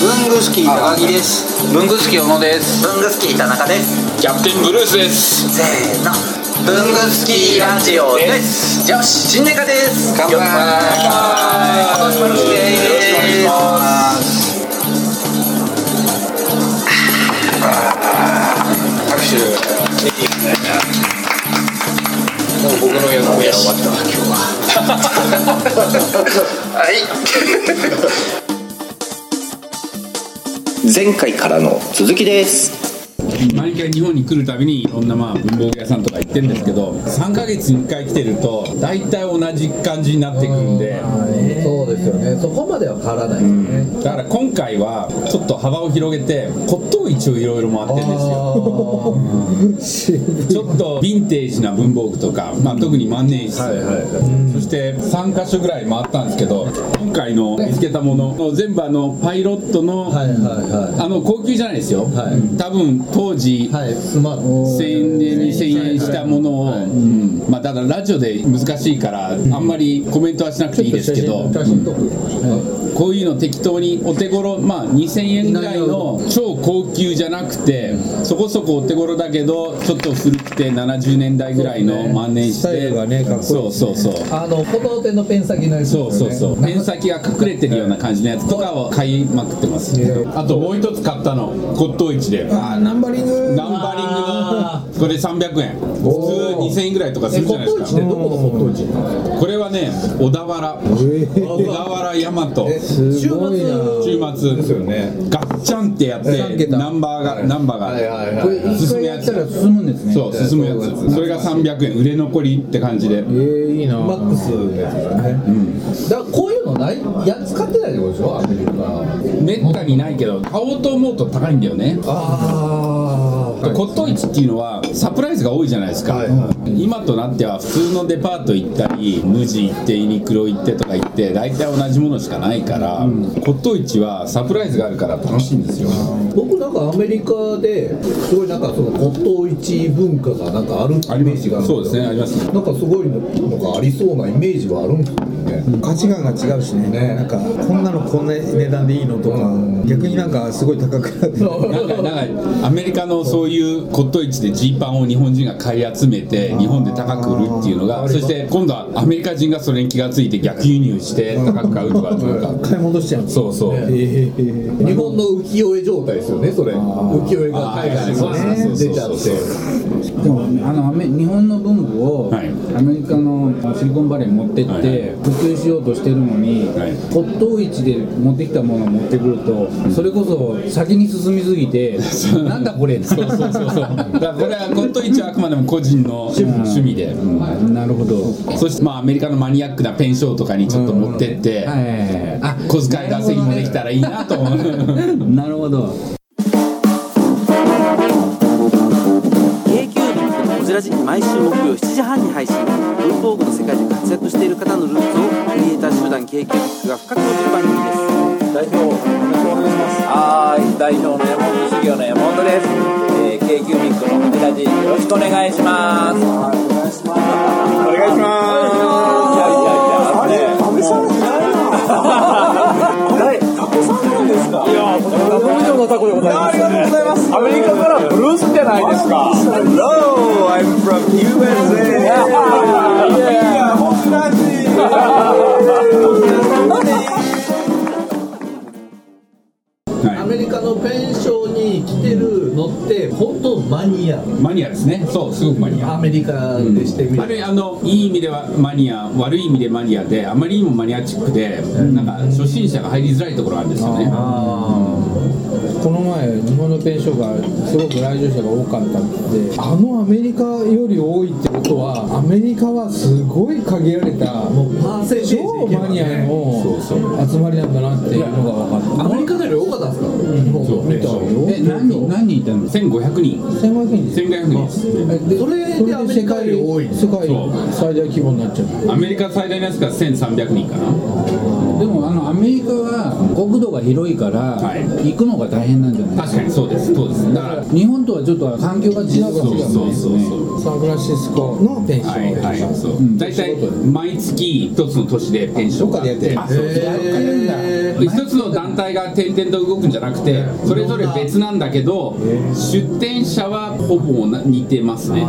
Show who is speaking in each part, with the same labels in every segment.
Speaker 1: 文具好き高木です
Speaker 2: 文具好き小野です
Speaker 1: 文具好き田中です
Speaker 3: キャプテンブルースです
Speaker 1: せーの文具好きラジオですよし新年会です
Speaker 2: 乾杯
Speaker 1: 今年もよろしくです
Speaker 2: 拍手もう僕の役目は終わったわ今日は
Speaker 4: 前回からの続きです
Speaker 3: 毎回日本に来るたびにいろんなまあ文房具屋さんとか行ってるんですけど3ヶ月に1回来てると大体同じ感じになってくるんで
Speaker 5: そうですよねそこまでは変わらないですね、
Speaker 3: だから今回はちょっと幅を広げて骨董市をいろいろ回ってるんですよちょっとヴィンテージな文房具とか、まあ、特に万年筆、そして3箇所ぐらい回ったんですけど今回の見つけたもの全部あのパイロットの、
Speaker 5: はいはいは
Speaker 3: あの高級じゃないですよ、
Speaker 5: はい
Speaker 3: 多分当時、
Speaker 5: いはいスマート
Speaker 3: 1000円2000円したものを、うんまあ、ただラジオで難しいからあんまりコメントはしなくていいですけど
Speaker 5: 写真撮る
Speaker 3: こういうの適当にお手頃まあ2000円ぐらいの超高級じゃなくてそこそこお手頃だけどちょっと古くて70年代ぐらいの万年
Speaker 5: スタイ
Speaker 3: 筆
Speaker 5: ルがねかっこいい
Speaker 3: そうそうそう
Speaker 5: あの古道店のペン先のやつです
Speaker 3: そ
Speaker 5: よ
Speaker 3: う
Speaker 5: ね
Speaker 3: そうそうペン先が隠れてるような感じのやつとかを買いまくってますあともう一つ買ったの骨董市で
Speaker 5: あナンバリング
Speaker 3: ナンバリングのこれ300円普通2000円ぐらいとかす
Speaker 5: え
Speaker 3: るじゃな
Speaker 5: 骨
Speaker 3: いで
Speaker 5: 董市
Speaker 3: す
Speaker 5: って
Speaker 3: か
Speaker 5: どこの骨董市
Speaker 3: これはね小田原小田原大和
Speaker 5: 週末
Speaker 3: 週末ですよねガッチャンってやってナンバーがナンバーが、
Speaker 6: これ一
Speaker 3: 進む
Speaker 6: 回
Speaker 3: や
Speaker 6: やった
Speaker 3: つ
Speaker 6: ら進むんですね
Speaker 3: そう進むやつそれが300円売れ残りって感じで
Speaker 6: えー、いいな
Speaker 5: マックスのやつだね、だからこういうのないや使ってないってことでしょアメリカ
Speaker 3: めったにないけど買おうと思うと高いんだよね
Speaker 5: あ
Speaker 3: 骨董市っていうのはサプライズが多いじゃないですか、今となっては普通のデパート行ったり無地行ってユニクロ行ってとか行って大体同じものしかないから、骨董市はサプライズがあるから楽しいんですよ、
Speaker 5: 僕なんかアメリカですごいなんかその骨董市文化がなんかあるってイメージがあるん
Speaker 3: そうですねありますね
Speaker 5: なんかすごいのがありそうなイメージはあるんですよね
Speaker 6: 価値観が違うしね
Speaker 5: ね
Speaker 6: なんかこんなのこんな値段でいいのとか、逆になんかすごい高くなって
Speaker 3: なんかなんかアメリカのそういう骨董市でジーパンを日本人が買い集めて日本で高く売るっていうのがそして今度はアメリカ人がそれに気が付いて逆輸入して高く買うとかなんか
Speaker 6: 買い戻しちゃうんです
Speaker 3: そうそう
Speaker 6: えー
Speaker 5: 日本の浮世絵状態ですよねそれ浮世絵が海外に出ちゃって
Speaker 7: でもあのアメ日本の文具を
Speaker 3: はい
Speaker 7: アメリカのシリコンバレーに持ってっ
Speaker 3: はいは
Speaker 7: て普及しようとしてるのに
Speaker 3: はい
Speaker 7: 骨董市で持ってきたものを持ってくるとそれこそ先に進みすぎてなんだこれって
Speaker 3: そうそうそうそうだからこれは骨董市はあくまでも個人の趣味で、
Speaker 7: なるほどは
Speaker 3: そしてまあアメリカのマニアックなペンショーとかにちょっと持ってって、
Speaker 7: いあ
Speaker 3: 小遣い稼ぎもできたらいいなと思う
Speaker 7: なるほど
Speaker 8: k q b のこじらじ毎週木曜7時半に配信文房具の世界で活躍している方のルーツをクリエイター集団 k q b が深く落ちる番組です代表よろしくお願いしますはい代表の山本修行の山本です、えー、k q b のこじらじよろしくお願いしますお願いしますお願いしますいやいやいやあのね
Speaker 5: ア
Speaker 3: は
Speaker 5: メリカのペンションに来てるのって本当マニア
Speaker 3: い、マニアですねそうすごくマニア
Speaker 5: アメリカでしてみ
Speaker 3: あ
Speaker 5: る
Speaker 3: れあのいい意味ではマニア悪い意味でマニアであまりにもマニアチックで、なんか初心者が入りづらいところあるんですよね
Speaker 6: この前日本のペンションがすごく来場者が多かったんであのアメリカより多いってことはアメリカはすごい限られた
Speaker 5: もうパーセンテージでい
Speaker 6: 超
Speaker 5: けば
Speaker 6: マニアの集まりなんだなっていうのが分かっ
Speaker 5: アメリカより多かったんですかそう
Speaker 6: た
Speaker 7: え何人何人いたの
Speaker 3: 1500人
Speaker 6: 1500人です
Speaker 3: 1500人です
Speaker 5: でそれでアメリカより多い
Speaker 6: 世界
Speaker 3: そう
Speaker 6: 最大規模になっちゃう
Speaker 3: アメリカ最大のやつが1300人かな
Speaker 7: でもあのアメリカは国土が広いから
Speaker 3: はい
Speaker 7: 行くのが大変変なんじゃない
Speaker 3: 確かにそうですそうですだから
Speaker 7: 日本とはちょっと環境が違うから
Speaker 3: そうそうそうそう
Speaker 6: サンフランシスコのペンション
Speaker 3: はいはいそう大体毎月一つの都市でペンションがあってあそう
Speaker 6: やってるんだ
Speaker 3: で一つの団体が点々と動くんじゃなくてそれぞれ別なんだけど出店者はほぼな似てますねそ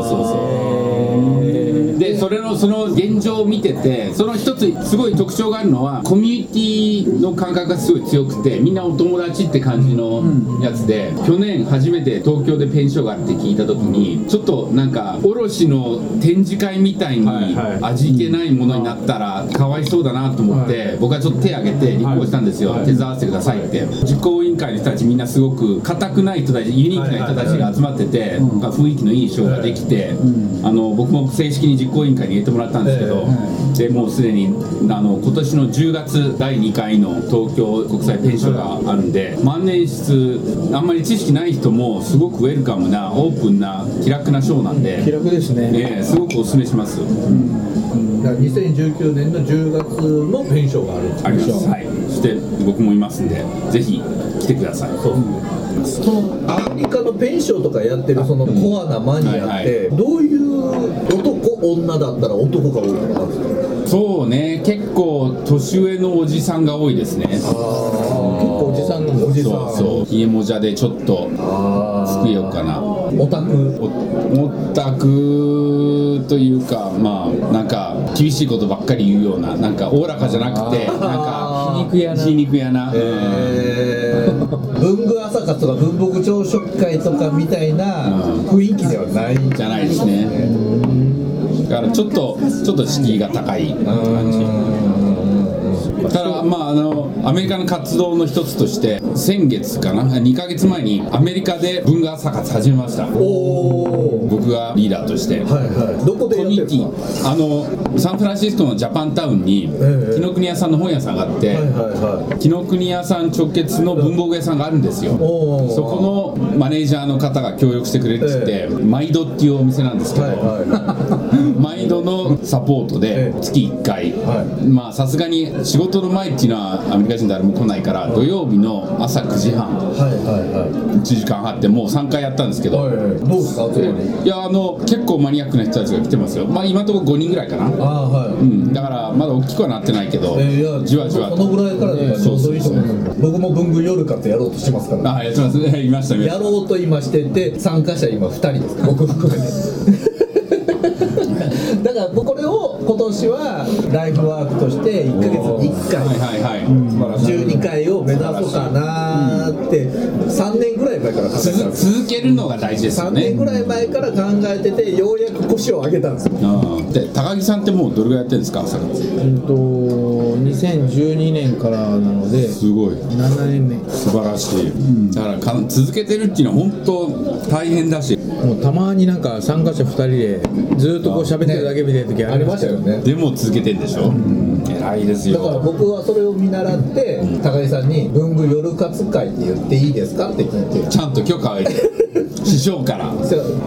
Speaker 3: うそうそうでそれのその現状を見ててその一つすごい特徴があるのはコミュニティの感覚がすごい強くてみんなお友達って感じのやつで去年初めて東京でペンションがあって聞いた時にちょっとなんか卸の展示会みたいに味気ないものになったらかわいそうだなと思って僕はちょっと手挙げて立候補したんですよ手伝わせてくださいって実行委員会の人たちみんなすごく固くない人たちユニークな人たちが集まっててなんか雰囲気のいいショーができてあの僕も正式に実行委員会に入れてもらったんですけどでもうすでにあの今年の10月第2回の東京国際ペンションがあるんで万年室あんまり知識ない人もすごくウェルカムなオープンな気楽なショーなんで
Speaker 6: 気楽ですね
Speaker 3: ええすごくおすすめします。
Speaker 5: だから2019年の10月もペンションがあるんです
Speaker 3: あります。はい。そして僕もいますんで、ぜひ来てください。そう。
Speaker 5: そのアメリカのペンションとかやってるそのコアなマニアっ
Speaker 3: はい
Speaker 5: てどういう男女だったら男が多いとかなんですか
Speaker 3: ね、結構年上のおじさんが多いですね。
Speaker 6: 結構おじさんなんです
Speaker 3: そうそう。ひえもじゃでちょっとつくようかな。
Speaker 5: オタク
Speaker 3: おもったくというか、まあなんか厳しいことばっかり言うような、なんかおおらかじゃなくて、なんか
Speaker 6: 皮肉屋な
Speaker 3: 皮肉やな。
Speaker 5: えー文具朝活とか文房具朝食会とかみたいな雰囲気ではないん
Speaker 3: じゃないですね。だからちょっとちょっと敷居が高い感じ。ただまああのアメリカの活動の一つとして先月かな2ヶ月前にアメリカで文化朝活始めました
Speaker 5: おー
Speaker 3: 僕がリーダーとして
Speaker 5: はいはいどこで
Speaker 3: コ
Speaker 5: やっ
Speaker 3: ミ
Speaker 5: て
Speaker 3: ュ
Speaker 5: る
Speaker 3: ニ
Speaker 5: ん
Speaker 3: テ
Speaker 5: ですか
Speaker 3: ィあのサンフランシスコのジャパンタウンに
Speaker 5: ええ
Speaker 3: 紀ノ国屋さんの本屋さんがあって
Speaker 5: はいはいはい
Speaker 3: 紀ノ国屋さん直結の文房具屋さんがあるんですよ
Speaker 5: おー
Speaker 3: そこのマネージャーの方が協力してくれるっつって、マイドっていうお店なんですけど、
Speaker 5: はいはい
Speaker 3: マイドのサポートで
Speaker 5: ええ
Speaker 3: 月1回、
Speaker 5: は
Speaker 3: まあさすがに仕事の前っていうのはアメリカ人誰も来ないから土曜日の朝9時半
Speaker 5: はいはいはい
Speaker 3: 1時間半ってもう3回やったんですけど、
Speaker 5: はいはいどうですか集まり
Speaker 3: いやあの結構マニアックな人たちが来てますよまあ今のところ5人ぐらいかな
Speaker 5: ああはい
Speaker 3: うん、だからまだ大きくはなってないけど、
Speaker 5: えーいや
Speaker 3: じわじわ
Speaker 5: そのぐらいからねちょうどいいと思う
Speaker 3: そ
Speaker 5: 僕も文具夜活やろうとしてますから
Speaker 3: あやってます ねいましたね
Speaker 5: やろうと今してて参加者今2人です僕含めて だから僕これを今年はライフワークとして1ヶ月に1
Speaker 3: はい
Speaker 5: 回
Speaker 3: はいはい、
Speaker 5: 12回を目指そうかなーって3年ぐらい前から考えたん
Speaker 3: 続
Speaker 5: です
Speaker 3: 続けるのが大事ですよ
Speaker 5: 3
Speaker 3: ね
Speaker 5: 年ぐらい前から考えててようやく腰を上げたんですよ
Speaker 3: うんで高木さんってもうどれぐらいやってるんですか朝活
Speaker 6: うんと2012年からなのです
Speaker 3: ごい
Speaker 6: 7年目
Speaker 3: 素晴らしい、だからか続けてるっていうのは本当大変だし
Speaker 6: もうたまになんか参加者2人でずっとこう喋ってるだけみたいな時あ
Speaker 5: あ
Speaker 6: り
Speaker 5: り
Speaker 6: ま
Speaker 5: ま
Speaker 6: し
Speaker 5: したた
Speaker 6: よ
Speaker 5: よね
Speaker 3: でも続けてんでしょ、偉いです
Speaker 5: だから
Speaker 3: よ
Speaker 5: 僕はそれを見習って高木さんに「文具夜活会って言っていいですか?」って聞いて
Speaker 3: ちゃんと許可を得 て師匠から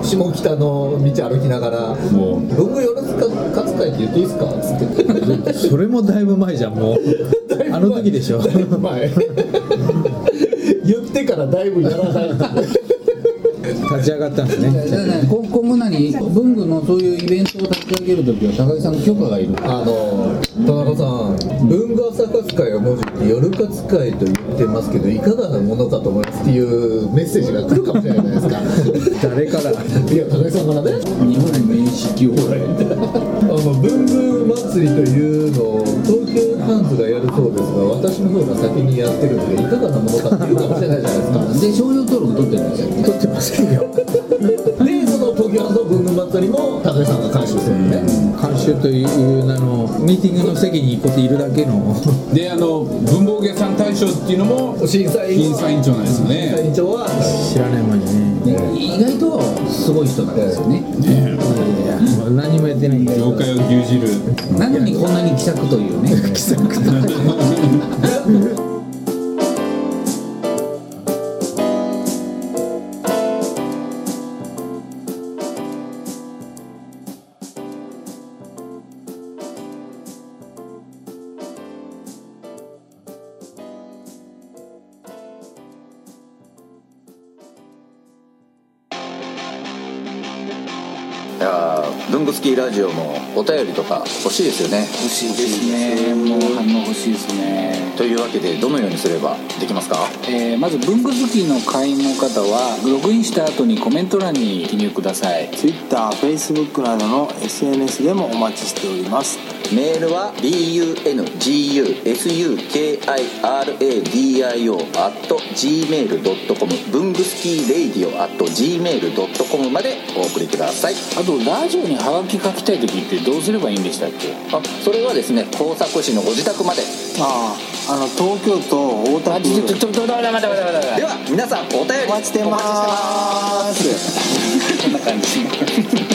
Speaker 5: 下北の道歩きながら「
Speaker 3: もう
Speaker 5: 文具夜活会って言っていいですか?」っつって
Speaker 6: それもだいぶ前じゃん もうあの時でしょ
Speaker 5: だいぶ前 言ってからだいぶやらない
Speaker 6: 立ち上がったんですね
Speaker 7: だからね今今後何文具のそういうイベントを立ち上げるときは高木さんの許可がいる
Speaker 5: あの田中さん文具朝活会を文字って夜活会と言ってますけどいかがなものかと思いますっていうメッセージが来るかもしれないじゃないですか
Speaker 6: 誰から
Speaker 5: いや高木さんからね
Speaker 7: 日本に名刺を
Speaker 5: あの文具祭りというのを東急ハンズがやるそうですが私の方が先にやってるのでいかがなものかっていうかもしれないじゃないですか
Speaker 7: で商用登録取ってるんですよ
Speaker 5: 撮ってませんよでその東急ハンズの文具祭りも高井さんが監修するのね
Speaker 6: 監修という名のミーティングの席にこうやっているだけ の
Speaker 3: であの文房具屋さん大賞っていうのも
Speaker 5: 審査員
Speaker 3: 審査委員長なんですよ
Speaker 5: 審査
Speaker 3: ね
Speaker 5: 員長は
Speaker 6: 知らない間にね
Speaker 7: 意外とすごい人なんですよね
Speaker 6: いやもう何もやってないんだ
Speaker 3: 業界を牛耳る
Speaker 7: なのにこんなに気さくというね気さくと
Speaker 5: やー文具好きラジオもお便りとか欲しいですよね
Speaker 1: 欲しいですねもう反応欲しいですね
Speaker 5: というわけでどのようにすればできますか
Speaker 1: えーまず文具好きの会員の方はログインした後にコメント欄に記入ください
Speaker 8: TwitterFacebook などの SNS でもお待ちしております
Speaker 5: メールは bungusukiradio.gmail.com 文具スキーレイディオ .gmail.com までお送りください
Speaker 1: あとラジオにハガキ書きたい時ってどうすればいいんでしたっけ
Speaker 5: あそれはですね工作士のご自宅まで
Speaker 8: あああの東京都大田
Speaker 1: あ
Speaker 8: 区
Speaker 1: ちょちょちょちょ待って待って待って待って
Speaker 5: では皆さんお便り
Speaker 8: お待ちしてます
Speaker 5: お待ちし
Speaker 1: こ
Speaker 5: てます
Speaker 1: んな感じ